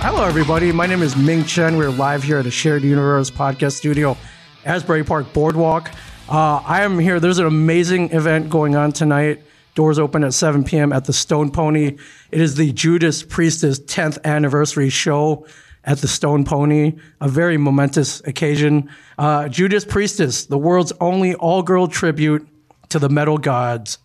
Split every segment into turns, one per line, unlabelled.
Hello, everybody. My name is Ming Chen. We're live here at the Shared Universe podcast studio, Asbury Park Boardwalk. Uh, I am here. There's an amazing event going on tonight. Doors open at 7 p.m. at the Stone Pony. It is the Judas Priestess 10th anniversary show at the Stone Pony, a very momentous occasion. Uh, Judas Priestess, the world's only all girl tribute to the metal gods,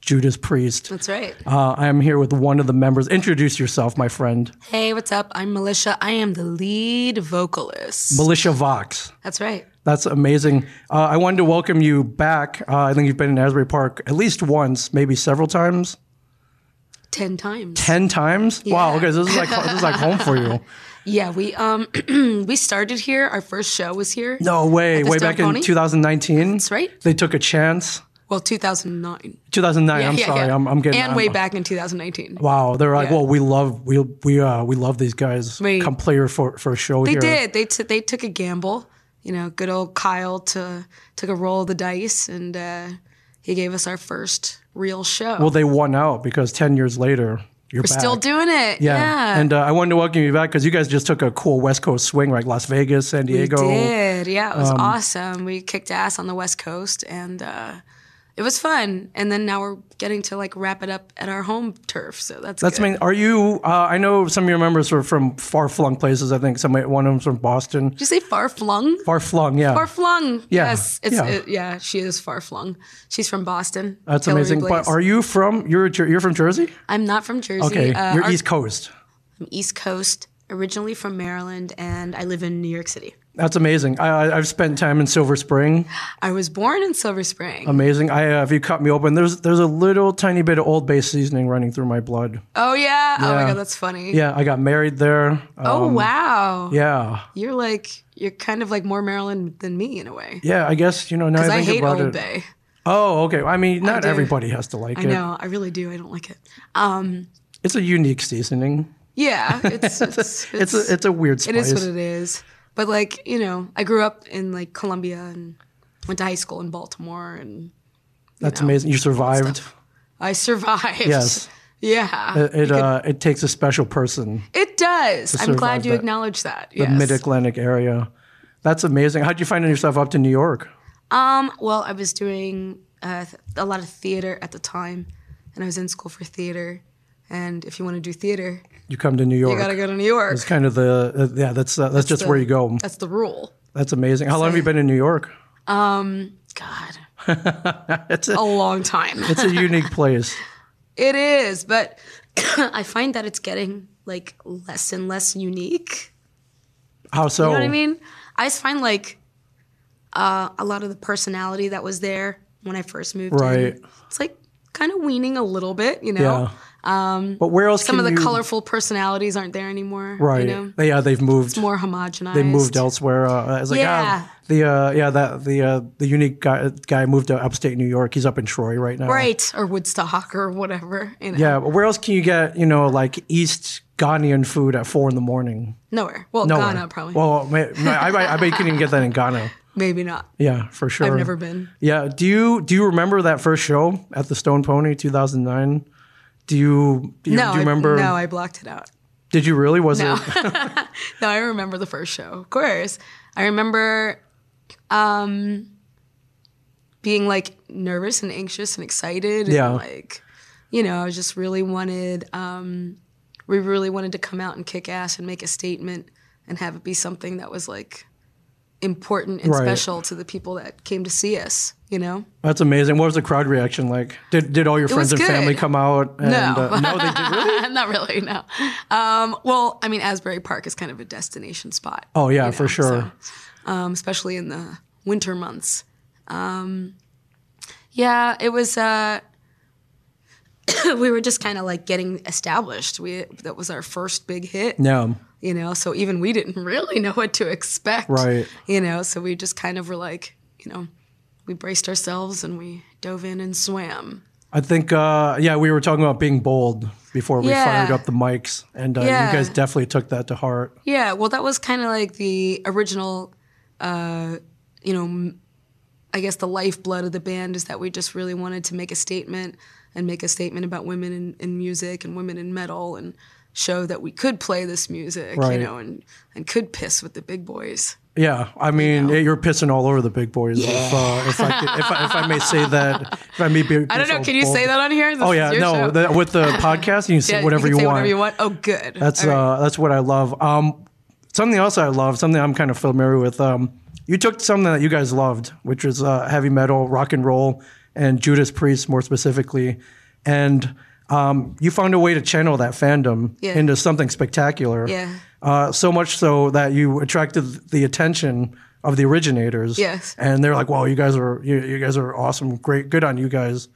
Judas Priest.
That's right.
Uh, I am here with one of the members. Introduce yourself, my friend,
Hey, what's up? I'm Militia. I am the lead vocalist.
Militia Vox.
That's right.
That's amazing. Uh, I wanted to welcome you back. Uh, I think you've been in Asbury Park at least once, maybe several times,
Ten times.
ten times. Wow. Okay, so this is like this is like home for you.
Yeah, we um we started here. Our first show was here.
No way.
the
Way
Stone
back
Pony?
in 2019. That's
right.
They took a chance.
Well, 2009.
2009. I'm sorry. I'm, I'm getting.
and
I'm-
way back in 2019.
Wow. They're like,
Yeah.
well, we love we we uh we love these guys.
Wait.
Come play here for for a show
They
here.
did. They t- they took a gamble. You know, good old Kyle to, took a roll of the dice, and uh, he gave us our first real show.
Well, they won out because 10 years later you're
We're still doing it. Yeah.
Yeah. And uh, I wanted to welcome you back because you guys just took a cool West Coast swing, like Las Vegas, San Diego.
We did. Yeah, it
um,
was awesome. We kicked ass on the West Coast and uh, it was fun. And then now we're getting to like wrap it up at our home turf. So that's
That's
good.
amazing. Are you? Uh, I know some of your members are from far flung places. I think some one of them's from Boston.
Did you say far flung?
Far flung, yeah.
Far flung.
Yeah,
Yes. It's
yeah.
yeah. yeah, she is far flung. She's from Boston.
That's
Hillary
amazing.
Blaze.
But are you from? You're Jer- you're from Jersey.
I'm not from Jersey.
Okay,
Uh,
you're
our-
East Coast.
I'm East Coast, originally from Maryland, and I live in New York City.
That's amazing. I, I- I've spent time in Silver Spring.
I was born in Silver Spring.
Amazing. I uh, if you cut me open, there's there's a little tiny bit of Old Bay seasoning running through my blood.
oh yeah. Oh
yeah.
my god, that's funny.
Yeah, I got married there. Uh,
Oh wow.
yeah,
You're like you're kind of like more Maryland than me in a way.
yeah. I guess you know now I
Because
think
I, hate
about
Old
it.
Bay.
Oh, okay. I mean, not
do.
everybody has to like
I
it.
know. I really do. I don't like it. Um,
It's a unique seasoning.
yeah, it's it's,
It's a it's a weird spice.
it is what it is. But like you know, I grew up in like Columbia and went to high school in Baltimore, and
That's amazing. You survived.
I survived.
Yes.
Yeah.
It it, uh, it takes a special person.
it does. I'm glad
survive
you
that-
acknowledge that.
The
Yes.
Mid Atlantic area. That's amazing. How'd you find yourself up to New York?
Um, well, I was doing uh, th- a lot of theater at the time, and I was in school for theater. And if you want to do theater,
You come to New York.
you gotta go to New York.
It's kind of the uh, yeah. That's uh, that's, just
the-
where you go.
That's the rule.
That's amazing. How long have you been in New York?
God,
It's a,
a long time.
it's a unique place.
It is, but I find that it's getting like less and less unique.
How so?
You know what I mean? I just find like uh, a lot of the personality that was there when I first moved
Right.
in. It's like kind of weaning a little bit, you
Yeah.
know.
Um, but where else?
Some of
can
the
you-
colorful personalities aren't there anymore.
Right.
You know?
Yeah, they've moved.
More homogenized.
They moved elsewhere. Uh, it's like,
Yeah.
ah, the uh, yeah that the uh, the unique guy, guy moved to upstate New York. He's up in Troy right now.
Right. Or Woodstock or whatever. You know?
Yeah, but where else can you get, you know, like East Ghanaian food at four in the morning?
Nowhere. Well,
Nowhere.
Ghana probably.
Well, may, may- I, I, I bet you can get that in Ghana.
Maybe not.
Yeah, for sure.
I've never been.
Yeah. Do you do you remember that first show at the Stone Pony, two thousand nine? Do you do you,
no,
do you
I-
remember?
no, I blocked it out.
Did you really? Was it?
No, I remember the first show, of course. I remember um, being like nervous and anxious and excited. And,
Yeah.
Like, you know, I just really wanted, um, we really wanted to come out and kick ass and make a statement and have it be something that was like important and
Right.
special to the people that came to see us, you know?
That's amazing. What was the crowd reaction like? Did did all your friends
was
and family
good.
come out? And, Uh, no, they did.
Not really, no. Um, well, I mean, Asbury Park is kind of a destination spot.
Oh yeah,
you
for
know,
sure.
so, um, especially in the winter months. Um, yeah, it was. Uh, we were just kind of like getting established. We that was our first big hit,
No.
you know. So even we didn't really know what to expect,
Right.
You know, so we just kind of were like, you know, we braced ourselves and we dove in and swam.
I think, uh, yeah, we were talking about being bold before we
Yeah.
fired up the mics, and uh,
Yeah.
you guys definitely took that to heart.
Yeah, well, that was kind of like the original, uh, you know, m- I guess the lifeblood of the band is that we just really wanted to make a statement and make a statement about women in, in music and women in metal and show that we could play this music,
Right.
you know, and and could piss with the big boys.
Yeah, I mean, you are pissing all over the big boys. If, uh, if, I could, if, I, if I may say that, if I may be,
I don't know. Can you say that on here? This
Oh
is
yeah,
your
no.
show.
The, with the podcast, you can say
Yeah,
whatever
you,
you,
can say
want.
Whatever you want. Oh, good.
That's
All right.
uh, that's what I love. Um, something else I love, something I'm kind of familiar with. Um, you took something that you guys loved, which is uh, heavy metal, rock and roll, and Judas Priest more specifically, and um, you found a way to channel that fandom
Yeah.
into something spectacular.
Yeah.
Uh, so much so that you attracted the attention of the originators.
Yes.
And they're like, "Wow, you guys are you, you guys are awesome, great, good on you guys."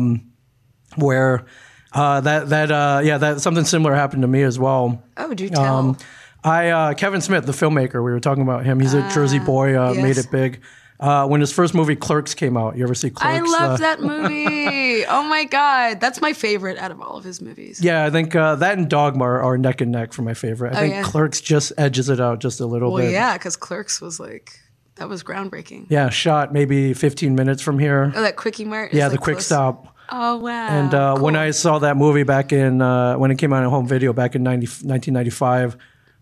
Um, where uh, that that uh, yeah that something similar happened to me as well.
oh, do tell.
I uh, Kevin Smith, the filmmaker, we were talking about him. He's a Jersey boy, uh,
Ah, yes.
made it big. Uh, when his first movie Clerks came out, you ever see Clerks?
I loved
Uh,
that movie. oh my god, that's my favorite out of all of his movies.
Yeah, I think uh, that and Dogma are, are neck and neck for my favorite. I think
Oh, yeah.
Clerks just edges it out just a little
Well,
bit.
yeah, because Clerks was like that was groundbreaking.
Yeah, shot maybe 15 minutes from here.
Oh, that quickie mart. is,
yeah, the
like,
quick
close.
stop.
Oh wow.
And uh, when I saw that movie back in, uh, when it came out on home video back in 90, 1995, I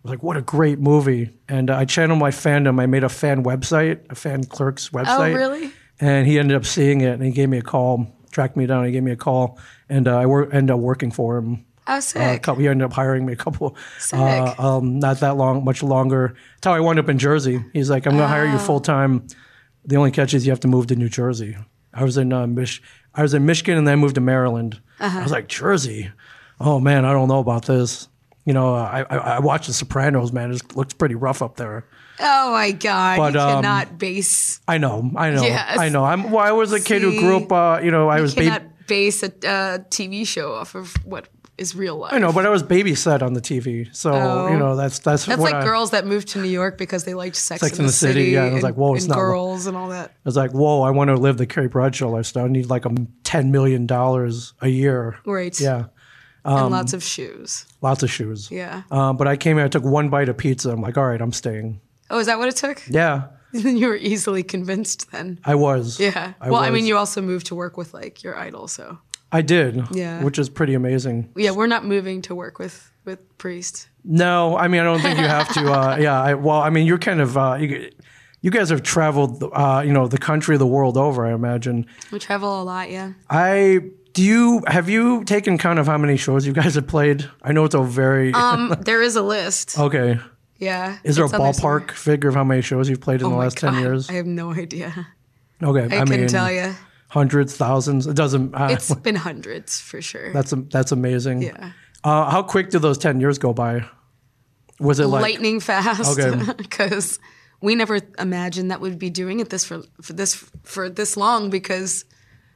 was like, what a great movie. And uh, I channeled my fandom. I made a fan website, a fan clerks
oh
website.
really?
And he ended up seeing it and he gave me a call, tracked me down. He gave me a call and uh, I wor- ended up working for him.
Oh
A
sick.
couple, he ended up hiring me a couple, uh,
Sick.
um, not that long, much longer. That's how I wound up in Jersey. He's like, I'm going to hire
Ah.
you full time. The only catch is you have to move to New Jersey. I was in uh, Mich- I was in Michigan and then I moved to Maryland.
Uh-huh.
I was like, Jersey? Oh man, I don't know about this. You know, I, I, I watched The Sopranos, man. It looks pretty rough up there.
oh my god,
But,
you
um,
cannot base.
I know, I know,
Yes.
I know. I'm well, I was a kid who grew
See,
up. Uh, you know, I was baby.
Cannot base a uh, TV show off of what is real life.
I know, but I was babysat on the TV, so
Oh.
you know that's that's,
That's
what
like
I,
girls that moved to New York because they liked Sex,
Sex
in the City.
yeah, and I was like, whoa, it's
and
not-
girls and all that.
I was like, whoa, I want to live the Carrie Bradshaw lifestyle. I need like a m- ten million dollars a year.
Right.
Yeah, um,
and lots of shoes.
lots of shoes.
Yeah.
Um, but I came here, I took one bite of pizza. I'm like, all right, I'm staying.
Oh, is that what it took?
Yeah,
you were easily convinced then.
I was.
Yeah. well,
was.
I mean, you also moved to work with like your idol, so
I did.
Yeah.
Which is pretty amazing.
yeah, we're not moving to work with with Priest.
No, I mean, I don't think you have to. Uh, yeah. I, well, I mean, you're kind of. Uh, you, you guys have traveled, uh, you know, the country, the world over. I imagine.
We travel a lot, yeah.
I do you have you taken count of how many shows you guys have played? I know it's a very
Um, there is a list.
okay.
Yeah.
Oh. Is there
It's
a
on somewhere.
ballpark figure of how many shows you've played in the
Oh my
last ten
God,
years?
I have no idea.
okay,
I,
I, mean
couldn't tell you.
hundreds, thousands. It doesn't. Uh,
It's been hundreds for sure.
that's that's amazing.
yeah.
Uh, how quick did those ten years go by? Was it like
lightning fast
Okay.
because we never imagined that we'd be doing it this for, for this for this long because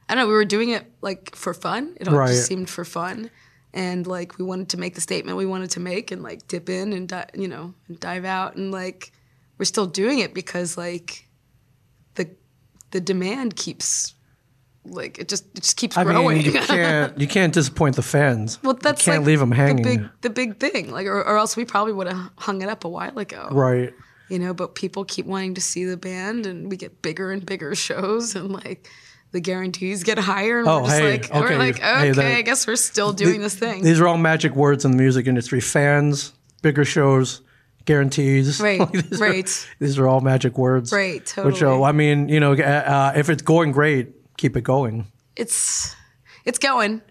I don't know we were doing it like for fun it all
Right.
just seemed for fun and like we wanted to make the statement we wanted to make and like dip in and di- you know and dive out and like we're still doing it because like the the demand keeps like it just it just keeps
I
growing
mean, you can't you can't disappoint the fans.
well that's
you can't
like
leave them hanging.
the big the big thing like or, or else we probably would have hung it up a while ago
right.
you know but people keep wanting to see the band and we get bigger and bigger shows and like the guarantees get higher and
Oh,
we're just
hey,
like
okay,
we're like
hey,
okay
that-
i guess we're still doing this thing
These are all magic words in the music industry. Fans, bigger shows, guarantees.
Right,
these
right.
Are, these are all magic words.
Right,
Which, uh,
totally.
I mean, you know, uh, uh, if it's going great, keep it going.
it's it's going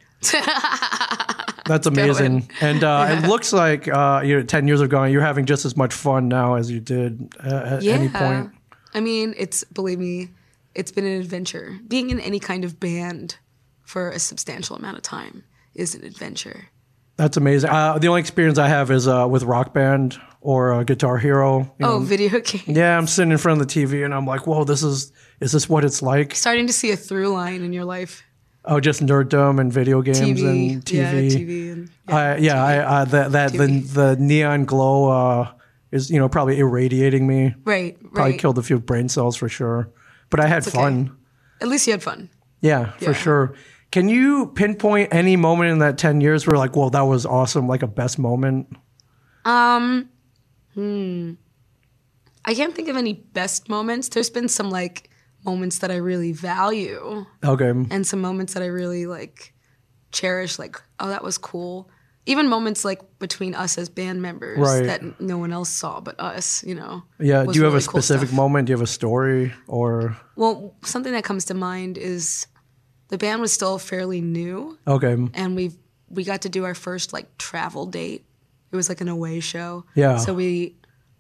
That's amazing. And uh, it looks like uh, you know, 10 years have gone, you're having just as much fun now as you did uh, at
yeah
any point.
i mean it's believe me it's been an adventure being in any kind of band for a substantial amount of time is an adventure
That's amazing. Uh, the only experience I have is uh, with Rock Band or uh, Guitar Hero. you know.
oh video game
Yeah, I'm sitting in front of the TV and I'm like, whoa, this is, is this what it's like?
starting to see a through line in your life
Oh, just nerddom and video games
tv
and TV.
yeah tv and
I, yeah, I, I, that, that the, the neon glow uh, is you know probably irradiating me.
right
Probably
right
killed a few brain cells for sure, but I had
okay.
fun.
at least you had fun
Yeah, for
Yeah.
sure. Can you pinpoint any moment in that ten years where like, well, that was awesome, like a best moment?
I can't think of any best moments. There's been some like moments that I really value
Okay,
and some moments that I really like cherish like oh that was cool. even moments like between us as band members
Right.
that no one else saw but us, you know.
Yeah.
was
Do you have a
really cool
specific
stuff.
moment? Do you have a story or?
Well, something that comes to mind is the band was still fairly new,
Okay.
and we we got to do our first like travel date. It was like an away show.
Yeah.
So we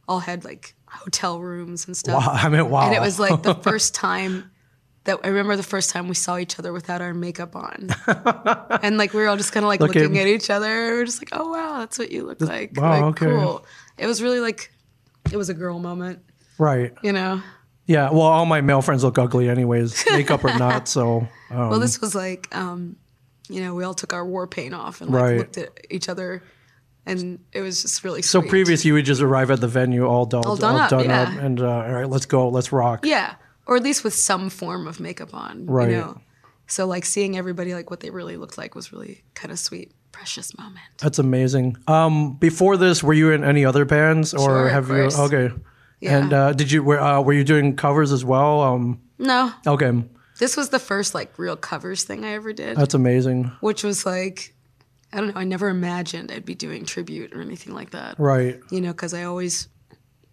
all had like hotel rooms and stuff.
Wow. I mean, wow.
And it was like
Oh.
the first time that I remember the first time we saw each other without our makeup on. and like we were all just kind of like
Look at-
looking at each other. We were just like, oh wow, that's what you look like.
wow,
like,
okay.
cool. It was really like, it was a girl moment,
right.
you know?
Yeah. Well, all my male friends look ugly, anyways, makeup or not. So, um,
Well, this was like, um, you know, we all took our war paint off and like
Right.
looked at each other. And it was just really
so
sweet.
previous, you would just arrive at the venue all dolled, all
done up, yeah.
and uh, all right, let's go, let's rock.
Yeah. Or at least with some form of makeup on.
Right.
You know? So like seeing everybody like what they really looked like was really kind of sweet, precious moment.
That's amazing. Um, before this, were you in any other bands, or
Sure, of
have you?
course.
Okay.
Yeah.
And uh, did you were uh, were you doing covers as well? Um,
No.
okay,
This was the first like real covers thing I ever did,
that's amazing.
which was like I don't know, I never imagined I'd be doing tribute or anything like that.
Right.
You know, cuz I always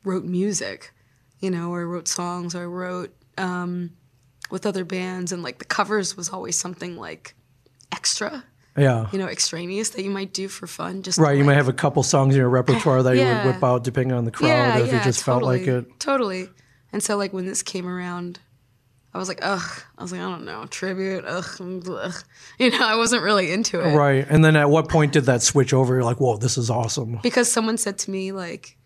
wrote music, you know, or I wrote songs or I wrote um with other bands and like the covers was always something like extra,
Yeah.
you know, extraneous that you might do for fun just to,
Right. You
like,
might have a couple songs in your repertoire that you
Yeah.
would whip out depending on the crowd, or if you just felt like it.
Totally. And so like when this came around, I was like, ugh. I was like, I don't know, tribute, ugh, blech. You know, I wasn't really into it.
Right. And then at what point did that switch over? You're like, whoa, this is awesome.
Because someone said to me, like,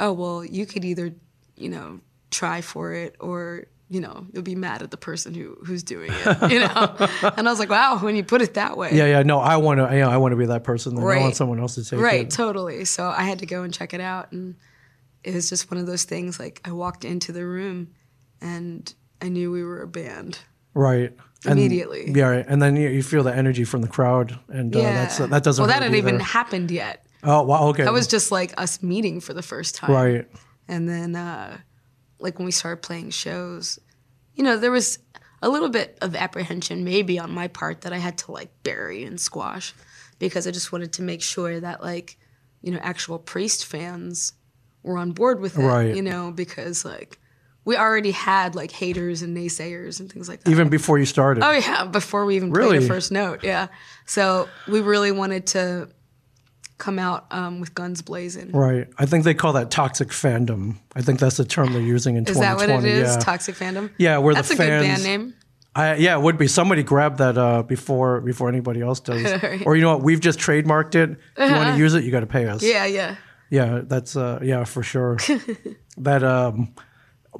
oh well, you could either, you know, try for it or you know, you'll be mad at the person who who's doing it, you know. and I was like, wow, when you put it that way,
Yeah, yeah. No, I want to. Yeah, I want to be that person. Then. I want
Right.
someone else to take
Right,
it.
totally. So I had to go and check it out, and it was just one of those things. Like I walked into the room, and I knew we were a band.
Right. And-
Immediately.
yeah. Right. And then you, you feel the energy from the crowd, and uh, that's that doesn't.
Well, that
hurt
hadn't even
either.
happened yet.
Oh wow. Okay.
That was just like us meeting for the first time.
right.
And then, uh, like when we started playing shows, you know, there was a little bit of apprehension maybe on my part that I had to like bury and squash because I just wanted to make sure that like, you know, actual Priest fans were on board with it.
Right.
You know, because like we already had like haters and naysayers and things like that.
Even before you started.
Oh yeah, before we even played
Really?
our first note, yeah. So we really wanted to come out um, with guns blazing.
Right. I think they call that toxic fandom. I think that's the term they're using in
Is that
2020.
what it is?
Yeah.
Toxic fandom.
yeah, where
that's
the
a good
fans.
band name.
I, yeah, it would be. Somebody grab that uh, before before anybody else does.
Right.
Or you know what? We've just trademarked it. If you want to use it, you got to pay us.
Yeah, yeah.
Yeah, that's uh, yeah for sure. that um,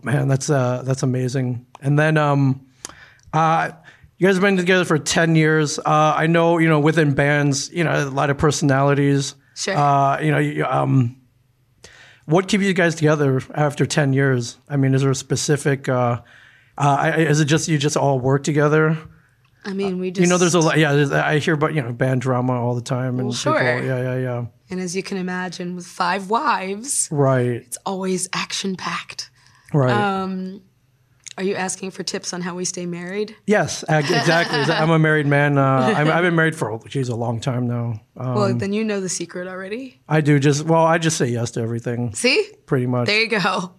man, that's uh, that's amazing. And then um, uh, you guys have been together for ten years. Uh, I know you know within bands, you know a lot of personalities.
Sure.
Uh, you know, you, um, what keeps you guys together after ten years? I mean, is there a specific? Uh, uh, I- I- is it just you just all work together?
I mean, we just
You know, there's a lot. Yeah, there's, I hear about you know band drama all the time and
sure.
people. Yeah, yeah, yeah.
and as you can imagine, with five wives,
Right,
it's always action packed.
right.
Um, Are you asking for tips on how we stay married?
Yes, ag- exactly. I'm a married man. Uh, I'm, I've been married for geez a long time now. Uh,
well, then you know the secret already.
I do just well. I just say yes to everything,
See,
pretty much.
there you go.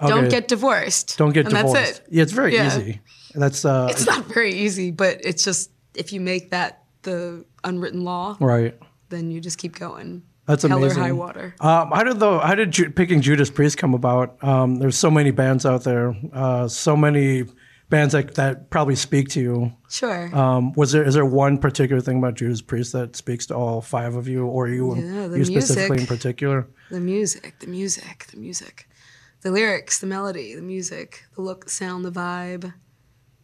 Don't
Okay.
get divorced.
Don't get
and
divorced.
That's it.
Yeah, it's very
Yeah.
easy. That's uh,
it's not very easy, but it's just if you make that the unwritten law,
right.
then you just keep going.
That's
Hell
amazing.
or high water.
Um, how did though? How did Ju- picking Judas Priest come about? Um, there's so many bands out there. Uh, so many bands that, that probably speak to you.
Sure.
Um, was there is there one particular thing about Judas Priest that speaks to all five of you, or you
Yeah, the
you specifically
music.
in particular?
the music, the music, the music, the lyrics, the melody, the music, the look, the sound, the vibe,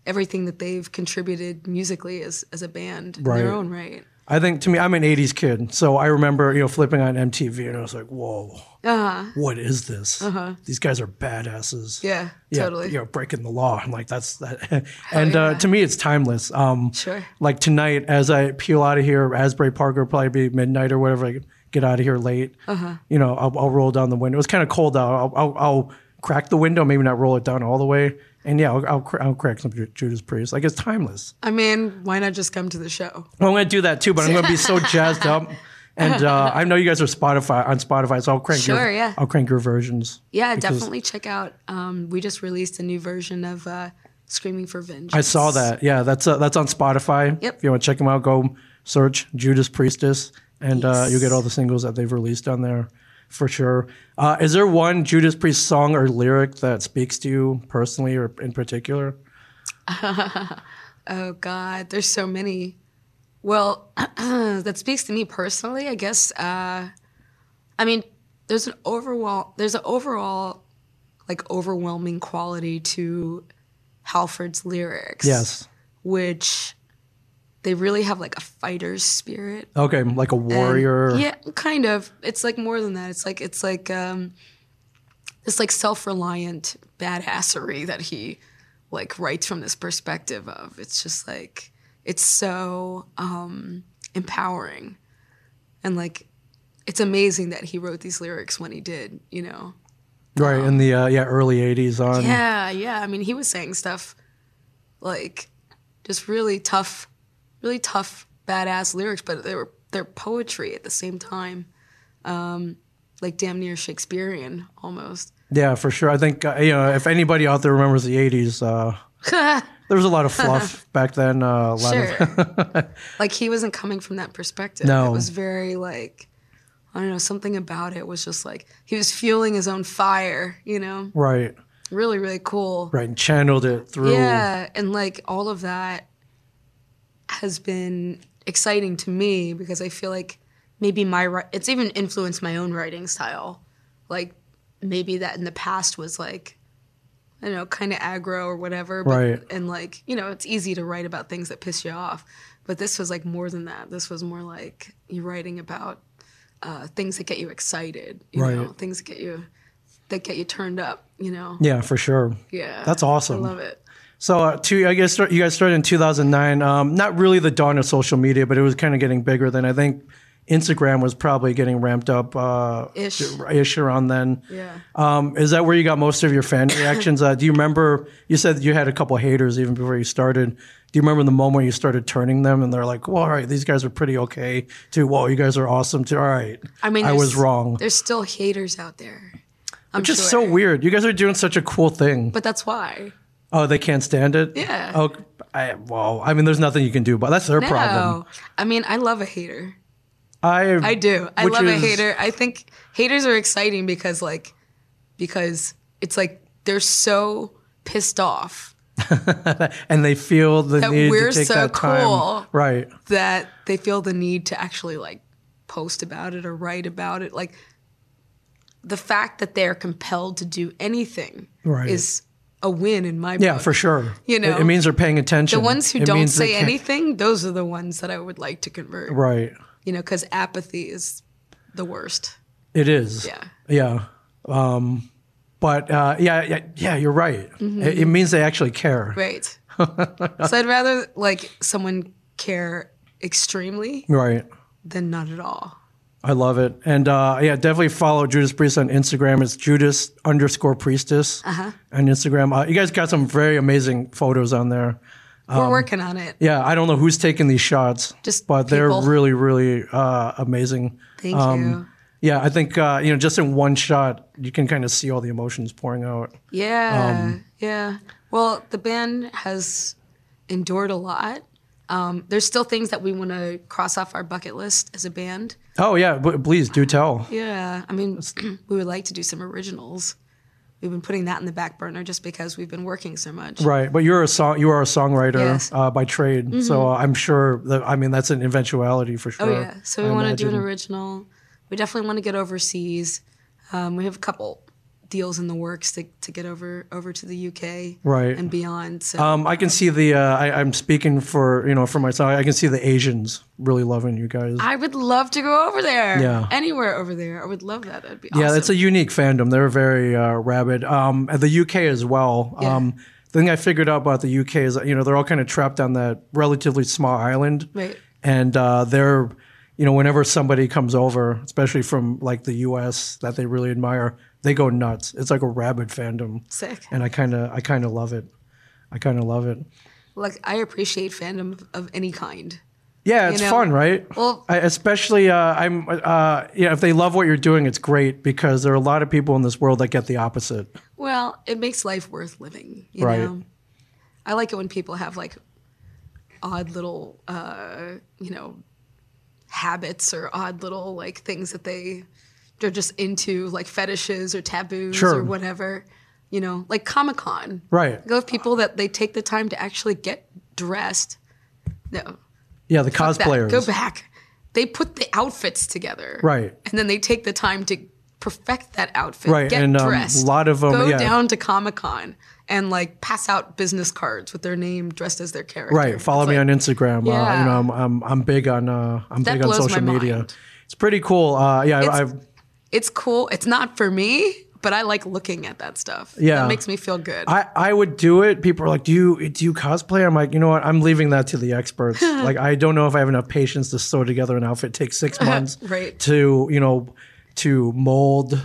everything that they've contributed musically as as a band in
Right.
their own right.
I think to me, I'm an '80s kid, so I remember you know flipping on MTV, and I was like, "Whoa,
Uh-huh.
what is this? These guys are badasses."
Yeah, totally.
You know, breaking the law. I'm like, that's that. and uh, to me, it's timeless. Um,
Sure.
Like tonight, as I peel out of here, Asbury Park will probably be midnight or whatever. I get out of here late.
Uh-huh.
You know, I'll, I'll roll down the window. It's kind of cold out. I'll, I'll, I'll crack the window, maybe not roll it down all the way. And yeah, I'll, I'll, cr- I'll crack some Ju- Judas Priest. Like it's timeless.
I mean, why not just come to the show?
I'm going to do that too, but I'm going to be so jazzed up. And uh, I know you guys are Spotify on Spotify, so I'll crank your
Sure, yeah.
I'll crank your versions.
Yeah,
because
definitely check out. Um, we just released a new version of uh, Screaming for Vengeance.
I saw that. Yeah, that's uh, that's on Spotify.
Yep.
If you want to check them out, go search Judas Priestess, and uh,
Yes.
you get all the singles that they've released on there for sure. Uh, is there one Judas Priest song or lyric that speaks to you personally or in particular?
Oh God, there's so many. Well, that speaks to me personally, I guess. Uh, I mean, there's an overall there's an overall like overwhelming quality to Halford's lyrics.
Yes.
which they really have like a fighter's spirit.
Okay, like a
And-
warrior.
yeah, kind of. It's like more than that. It's like it's like um this like self-reliant badassery that he like writes from this perspective of. It's just like it's so um empowering. And like it's amazing that he wrote these lyrics when he did, you know.
Right in the uh, yeah early '80s on.
Yeah, yeah. I mean, he was saying stuff like just really tough, really tough, badass lyrics, but they were they're poetry at the same time, um, like damn near Shakespearean almost.
Yeah, for sure. I think uh, you know if anybody out there remembers the '80s, uh, there was a lot of fluff back then. Uh, a lot of,
Sure. like he wasn't coming from that perspective.
No.
It was very like I don't know, something about it was just like he was fueling his own fire, you know?
right,
Really, really cool.
right, and channeled it through.
Yeah, and like all of that has been exciting to me because I feel like maybe my wri- it's even influenced my own writing style. Like maybe that in the past was like I don't know, kind of aggro or whatever, but,
Right.
and like, you know, it's easy to write about things that piss you off, but this was like more than that. This was more like you writing about uh, things that get you excited, you
Right.
know, things that get you that get you turned up, you know.
Yeah, for sure.
Yeah.
That's awesome.
I love it.
So, uh, two, I guess start, you guys started in 2009. Um, not really the dawn of social media, but it was kind of getting bigger then. I think Instagram was probably getting ramped up uh,
Ish.
ish around then.
Yeah.
Um, is that where you got most of your fan reactions? Uh, do you remember? You said you had a couple haters even before you started. Do you remember the moment you started turning them and they're like, well, all right, these guys are pretty okay, to, whoa, you guys are awesome, to, all right,
I mean,
I
there's-
was wrong.
There's still haters out there. I'm
Which is
sure.
so weird. You guys are doing such a cool thing.
But that's why.
Oh, they can't stand it?
Yeah.
Oh, I, well, I mean, there's nothing you can do, but that's their
No.
problem.
I mean, I love a hater.
I,
I do. I
which
love a
is-
hater. I think haters are exciting because like because it's like they're so pissed off
And they feel the
That
need
we're
to take
so
that time.
cool.
Right.
that they feel the need to actually like post about it or write about it. Like the fact that they're compelled to do anything
Right.
is a win in my
Yeah,
book.
for sure.
You
It- it,
know,
means they're paying attention.
The ones who
It
don't
means they
say
can't-
anything, those are the ones that I would like to convert.
Right.
you know, because apathy is the worst.
It is.
Yeah.
Yeah. Um, but uh, yeah, yeah, yeah, you're right. It, it means they actually care.
Mm-hmm. Right. so I'd rather like someone care extremely
Right.
than not at all.
I love it. And uh, yeah, definitely follow Judas Priest on Instagram. It's Judas underscore priestess
Uh-huh.
on Instagram. Uh, you guys got some very amazing photos on there.
We're working on it.
Yeah, I don't know who's taking these shots,
Just
but they're
people.
really, really uh, amazing.
Thank you.
Yeah, I think uh, you know, just in one shot, you can kind of see all the emotions pouring out.
Yeah. yeah. Well, the band has endured a lot. Um, there's still things that we want to cross off our bucket list as a band.
Oh yeah, but please do tell.
Yeah. I mean, we would like to do some originals. We've been putting that in the back burner just because we've been working so much.
Right, but you're a song, you are a songwriter
Yes. Mm-hmm.
uh, by trade, so uh, I'm sure that I mean that's an eventuality for sure.
Oh yeah, so we
I
want to do an
imagine.
original. We definitely want to get overseas. Um, we have a couple deals in the works to, to get over over to the UK
Right.
and beyond. So
Um, I can see the. Uh, I, I'm speaking for you know for myself. I can see the Asians really loving you guys.
I would love to go over there.
Yeah.
anywhere over there, I would love that. That'd be
Yeah,
awesome.
it's a unique fandom. They're very uh, rabid. Um, and the UK as well. Um, the thing I figured out about the UK is that you know they're all kind of trapped on that relatively small island,
Right.
and uh, they're you know whenever somebody comes over, especially from like the US that they really admire, they go nuts. It's like a rabid fandom,
sick.
and I kind of I kind of love it. I kind of love it.
Like I appreciate fandom of, of any kind.
Yeah, it's
know?
fun, right?
Well-
I, especially uh, I'm uh, yeah. If they love what you're doing, it's great because there are a lot of people in this world that get the opposite.
Well, it makes life worth living, you
Right.
know. I like it when people have like odd little uh, you know, habits or odd little like things that they they're just into, like fetishes or taboos
Sure.
or whatever. You know, like Comic Con.
Right.
Go with people that they take the time to actually get dressed. No.
Yeah, the
fuck that.
cosplayers.
Go back. They put the outfits together.
Right.
And then they take the time to perfect that outfit.
Right,
Get
and, um,
dressed.
a lot of 'em,
go
yeah.
down to Comic Con and like pass out business cards with their name dressed as their character.
Right. Follow
It's
me
like,
on Instagram. Uh,
Yeah.
you know, I'm, I'm I'm big on uh, I'm
That
big on
blows my
social media.
mind.
It's pretty cool. Uh, yeah, I, I've
It's cool. It's not for me, but I like looking at that stuff.
Yeah.
That makes me feel good.
I, I would do it. People are like, "Do you do you cosplay?" I'm like, you know what? I'm leaving that to the experts. like, I don't know if I have enough patience to sew together an outfit. It takes six months
Right.
to you know to mold,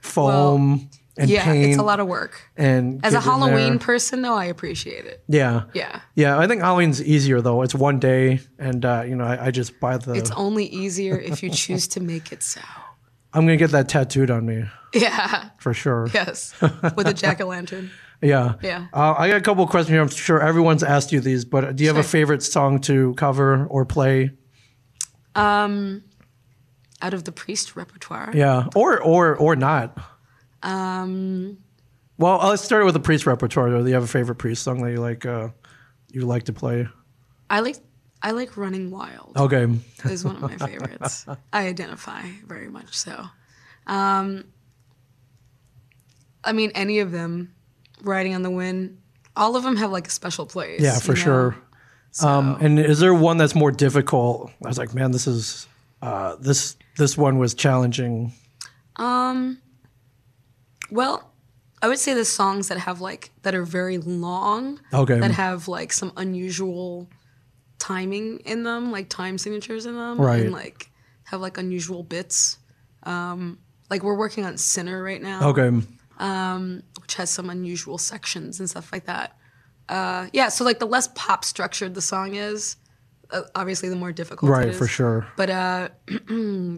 foam, and
yeah,
paint.
it's a lot of work.
and
As a
get in there.
Halloween person, though, I appreciate it.
yeah,
Yeah.
yeah. I think Halloween's easier though. It's one day, and uh, you know, I, I just buy the.
It's only easier if you choose to make it so.
I'm gonna get that tattooed on me
Yeah.
for sure.
Yes. With a jack o' lantern.
Yeah.
Yeah.
Uh, I got a couple of questions here. I'm sure everyone's asked you these, but do you have a
Sure.
favorite song to cover or play?
Out of the priest repertoire.
Yeah. Or or or not. Um.
Um,
Well, uh, let's start with the priest repertoire. Do you have a favorite priest song that you like? Uh, you like to play?
I like I like Running Wild
Okay.
is one of my favorites. I identify very much so. Um, I mean, any of them, Riding on the Wind, all of them have like a special place.
Yeah, for
you know?
sure. Um, and is there one that's more difficult? I was like, man, this is uh, this this one was challenging.
Well, I would say the songs that have like that are very long,
Okay.
that have like some unusual timing in them, like time signatures in them,
Right.
and like have like unusual bits. Um, like we're working on Sinner right now.
Okay.
which has some unusual sections and stuff like that. Uh, yeah, so like the less pop structured the song is, uh, obviously the more difficult. it
Right,
is.
for sure.
But uh,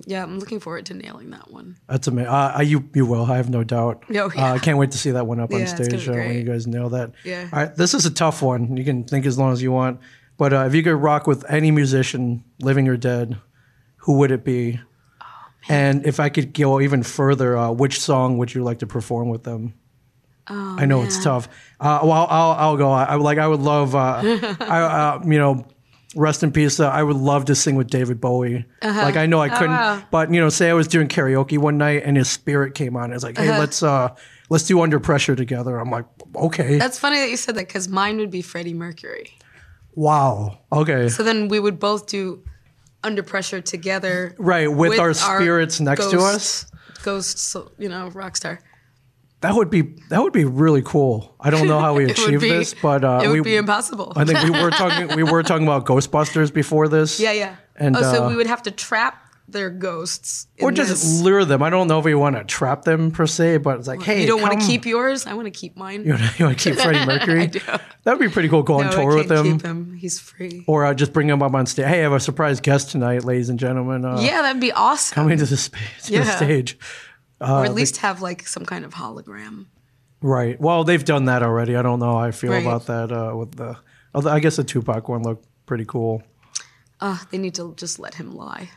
yeah, I'm looking forward to nailing that one.
That's amazing. Uh, you you will. I have no doubt.
Oh, yeah.
uh, I can't wait to see that one up
Yeah,
on
it's gonna
stage
be
uh, when
great.
you guys nail that.
Yeah.
All right. This is a tough one. You can think as long as you want, but uh, if you could rock with any musician, living or dead, who would it be?
Oh,
And if I could go even further, uh, which song would you like to perform with them?
Oh,
I know it's tough. Uh, well, I'll, I'll go. I, I like. I would love. Uh, I, uh, you know, rest in peace. Uh, I would love to sing with David Bowie. Like I know I couldn't,
Uh-huh. Oh, wow.
but you know, say I was doing karaoke one night and his spirit came on. It's like,
Uh-huh.
hey, let's uh, let's do Under Pressure together. I'm like, okay,
That's funny that you said that because mine would be Freddie Mercury.
wow, okay,
So then we would both do Under Pressure together.
right, with, our spirits next to us.
ghosts- Ghosts, so, you know, rock star.
That would be that would be really cool. I don't know how we
It would
achieved
be-
this, but uh,
it would
we,
be impossible.
I think we were talking we were talking about Ghostbusters before this.
yeah, yeah.
And
oh, so
uh,
we would have to trap their ghosts.
or
in
just
this.
lure them. I don't know if we want to trap them per se, but it's like, hey,
you don't want to
come.
keep yours. I want to keep mine.
You want to, keep Freddie Mercury?
I do.
That'd be pretty cool. Go on
No,
tour
I
with them,
can't keep him. He's free.
or uh, just bring him up on stage. Hey, I have a surprise guest tonight, ladies and gentlemen. Uh,
yeah, that'd be awesome.
coming to the, sp- to the
Yeah.
stage.
or at least have like some kind of hologram.
Right. Well, they've done that already. I don't know how I feel
Right.
about that. Uh, with the, although I guess the Tupac one looked pretty cool.
Uh, they need to just let him lie.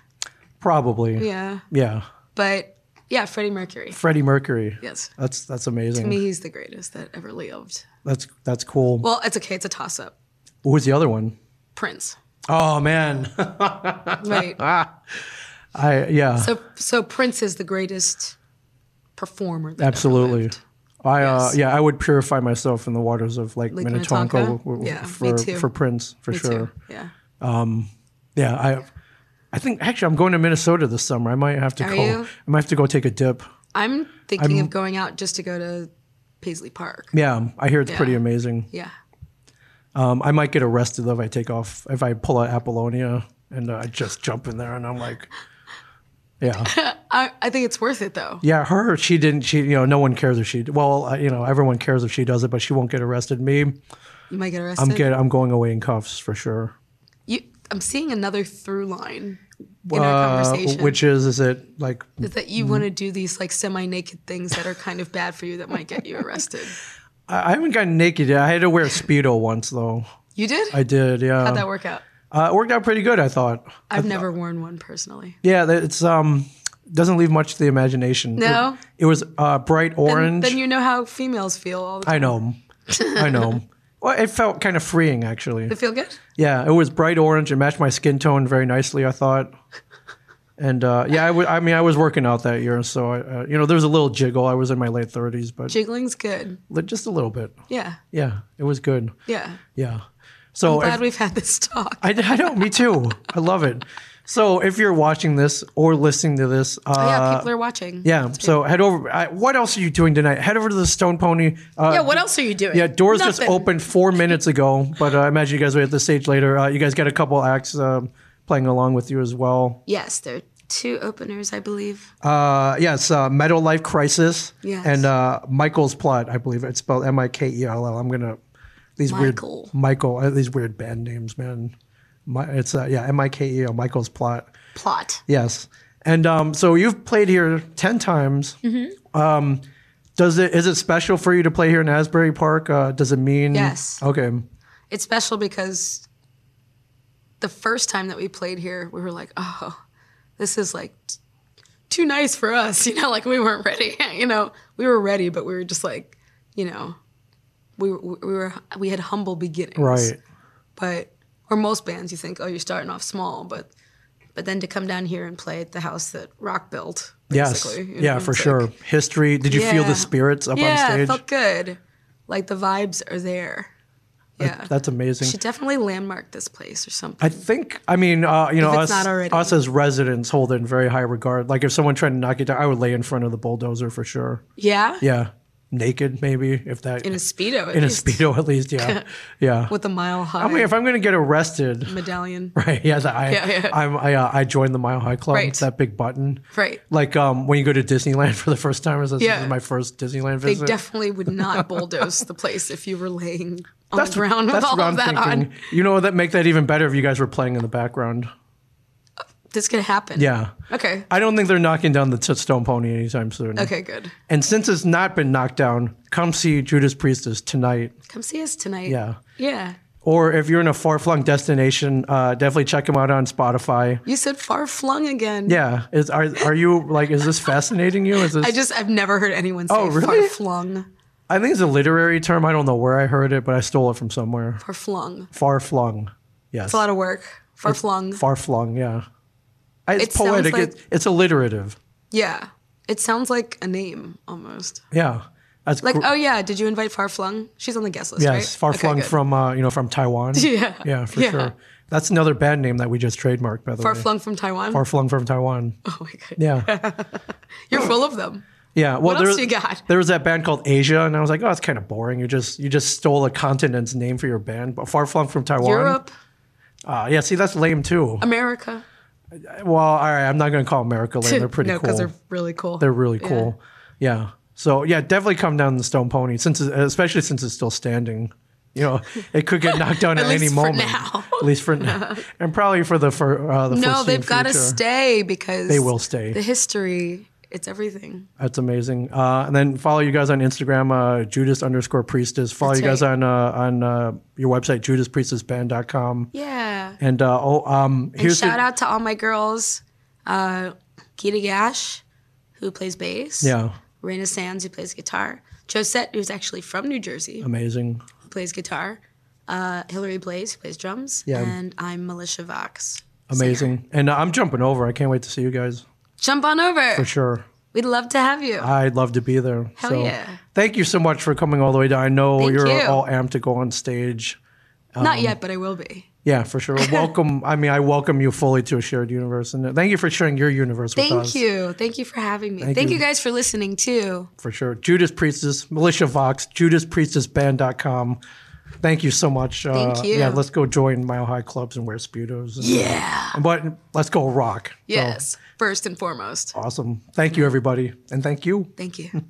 Probably.
Yeah,
Yeah.
but yeah, Freddie Mercury.
Freddie Mercury.
Yes,
That's that's
I
amazing.
mean he's the greatest that ever lived.
That's that's cool.
Well, it's okay. It's a toss up.
Who was the other one?
Prince,
Oh man. Ah.
right?
I yeah.
so, so Prince is the greatest performer. That ever
Absolutely.
lived.
I uh,
Yes.
yeah, I would purify myself in the waters of Lake,
Lake
Minnetonka,
Minnetonka?
w- w-
Yeah, me
for
too.
for Prince for
Me
sure.
too. Yeah.
Yeah, I I think actually I'm going to Minnesota this summer. I might have to
Are
go.
you?
I might have to go take a dip.
I'm thinking of going out just to go to Paisley Park.
Yeah, I hear it's pretty
Yeah.
amazing.
Yeah.
Um, I might get arrested though if I take off if I pull out Apollonia and uh, I just jump in there and I'm like, yeah,
I, I think it's worth it though.
yeah. Her, she didn't. She, you know, no one cares if she. Well, uh, you know, everyone cares if she does it, but she won't get arrested. Me,
You might get arrested.
I'm get. I'm going away in cuffs for sure.
You, I'm seeing another through line in our
Uh,
conversation.
which is, is it like,
is that you want to do these like semi-naked things that are kind of bad for you that might get you arrested.
I I haven't gotten naked yet. I had to wear a Speedo once though.
You did?
I uh, did, yeah.
How'd that work out?
Uh, it worked out pretty good, I uh, thought.
I've never worn one personally.
Yeah, that- it's um doesn't leave much to the imagination.
No?
It, it was uh, bright orange.
Then you know how females feel all the time.
I know. I know. Well, it felt kind of freeing actually.
They feel good?
Yeah, it was bright orange. It matched my skin tone very nicely, I thought. And uh, yeah, I wa- I mean, I was working out that year, so I, uh, you know, there was a little jiggle. I was in my late thirties, but
Jiggling's good.
li- just a little bit.
Yeah.
Yeah, it was good.
Yeah.
Yeah. So
Glad
if-
we've had this talk.
I, I know, me too. I love it. So if you're watching this or listening to this, uh,
Oh, yeah, people are watching.
yeah. So head over. I, what else are you doing tonight? Head over to the Stone Pony. Uh,
Yeah, what else are you doing?
yeah, doors just
Nothing.
opened four minutes ago, but uh, I imagine you guys will be at the stage later. Uh, you guys got a couple acts um, playing along with you as well.
Yes, there are two openers, I believe.
Uh, yes, uh, Meadow Life Crisis
Yes.
and uh, Michael's Plot. I believe it's spelled M I K E L L. I'm gonna these
Michael.
weird Michael uh, these weird band names, man. My, it's uh, yeah M I K E L Michael's Plot.
Plot.
Yes. And um, so you've played here ten times.
Mm-hmm.
Um, does it is it special for you to play here in Asbury Park? Uh, does it mean
Yes.
Okay.
It's special because the first time that we played here, we were like, oh, this is like t- too nice for us. You know, like we weren't ready. you know, we were ready, but we were just like, you know, we, were- we were, we had humble beginnings.
Right.
But, or most bands, you think, oh, you're starting off small, but, but then to come down here and play at the house that Rock built.
Yes.
basically, you
Yeah,
know,
for
it's like-
sure. History. Did you feel
Yeah.
the spirits up
yeah,
on stage?
it felt good. Like the vibes are there. Yeah.
That's amazing.
should definitely landmark this place or something.
I think I mean uh, you know
If it's
us,
not already.
us as residents hold it in very high regard. Like if someone tried to knock it down, I would lay in front of the bulldozer for sure.
yeah?
Yeah, naked maybe if that
In a speedo.
in
At
a
least.
speedo at least. Yeah, yeah.
with a mile high
I mean, if I'm gonna get arrested,
medallion.
right? Yeah, that I
Yeah, yeah.
I'm, I uh, I joined the Mile High Club.
Right.
It's that big button.
Right.
Like um when you go to Disneyland for the first time, is this
Yeah.
is my first Disneyland
They
visit?
definitely would not bulldoze the place if you were laying on the Oh, ground with
that's
all
what
of
I'm
that on.
thinking. You know that make that even better if you guys were playing in the background.
This could happen.
Yeah.
Okay.
I don't think they're knocking down the t- Stone Pony anytime soon.
Okay, good.
And since it's not been knocked down, come see Judas Priestess tonight.
Come see us tonight.
Yeah.
Yeah.
Or if you're in a far flung destination, uh, definitely check them out on Spotify.
You said far flung again.
Yeah. Is, are, are you like, is this fascinating you? Is this,
I
I,
just I've never heard anyone say
Oh, really?
far flung.
think it's a literary term. I don't know where I heard it, but I stole it from somewhere.
Far flung.
Far flung. Yes.
It's a lot of work. Far flung.
Far flung. Yeah. It's
It sounds
poetic.
like-
it, it's alliterative.
yeah. It sounds like a name almost.
Yeah. That's
Like,
gr-
oh yeah, did you invite Far Flung? She's on the guest list,
yes.
right?
Far
Okay,
flung
good.
from, uh, you know, from Taiwan.
Yeah.
Yeah, for
Yeah.
sure. That's another band name that we just trademarked, by the
Far
way.
Flung from Taiwan.
Far flung from Taiwan.
oh my god.
Yeah.
You're full of them.
Yeah. Well,
else
there,
you got?
there was that band called Asia, and I was like, oh, that's kind of boring. You just you just stole a continent's name for your band, but far flung from Taiwan.
Europe,
Uh, yeah. See, that's lame too.
America.
Well, all right. I'm not going to call America lame. They're pretty
no,
cool.
because they're really cool.
They're really
Yeah.
cool. Yeah. So yeah, definitely come down the Stone Pony, since it- especially since it's still standing. You know, it could get knocked down at,
least
any
for
moment.
now.
At least for now, and probably for the for uh, the
No,
foreseeable
they've got to
future.
stay because
They will stay.
The history, it's everything.
That's amazing. Uh, and then follow you guys on Instagram, uh, Judas underscore priestess. Follow
That's
you guys
right.
on uh, on uh, your website, judaspriestessband.com.
Yeah.
And uh, oh, um,
And
here's
shout
the,
out to all my girls, uh, Kita Gash, who plays bass.
yeah,
Raina Sands, who plays guitar. Josette, who's actually from New Jersey,
amazing.
who plays guitar. Uh, Hillary Blaze, who plays drums.
Yeah.
And I'm Militia Vox.
Amazing. And uh, I'm jumping over. I can't wait to see you guys
Jump on over.
for sure.
We'd love to have you.
I'd love to be there.
Hell
so
yeah.
thank you so much for coming all the way down. I know
Thank
you're
you.
all amped to go on stage. um,
Not yet, but I will be.
Yeah, for sure. Welcome. I mean, I welcome you fully to a shared universe. And thank you for sharing your universe with us.
Thank you. Thank you for having me. Thank,
you.
you. guys for listening too.
for sure. Judas Priestess, Militia Vox, judaspriestessband.com. Thank you so much. Uh,
Thank you.
Yeah, let's go join Mile High Clubs and wear Speedos. And,
Yeah.
But let's go rock. So,
Yes. First and foremost.
awesome. Thank you, everybody. And thank you.
Thank you.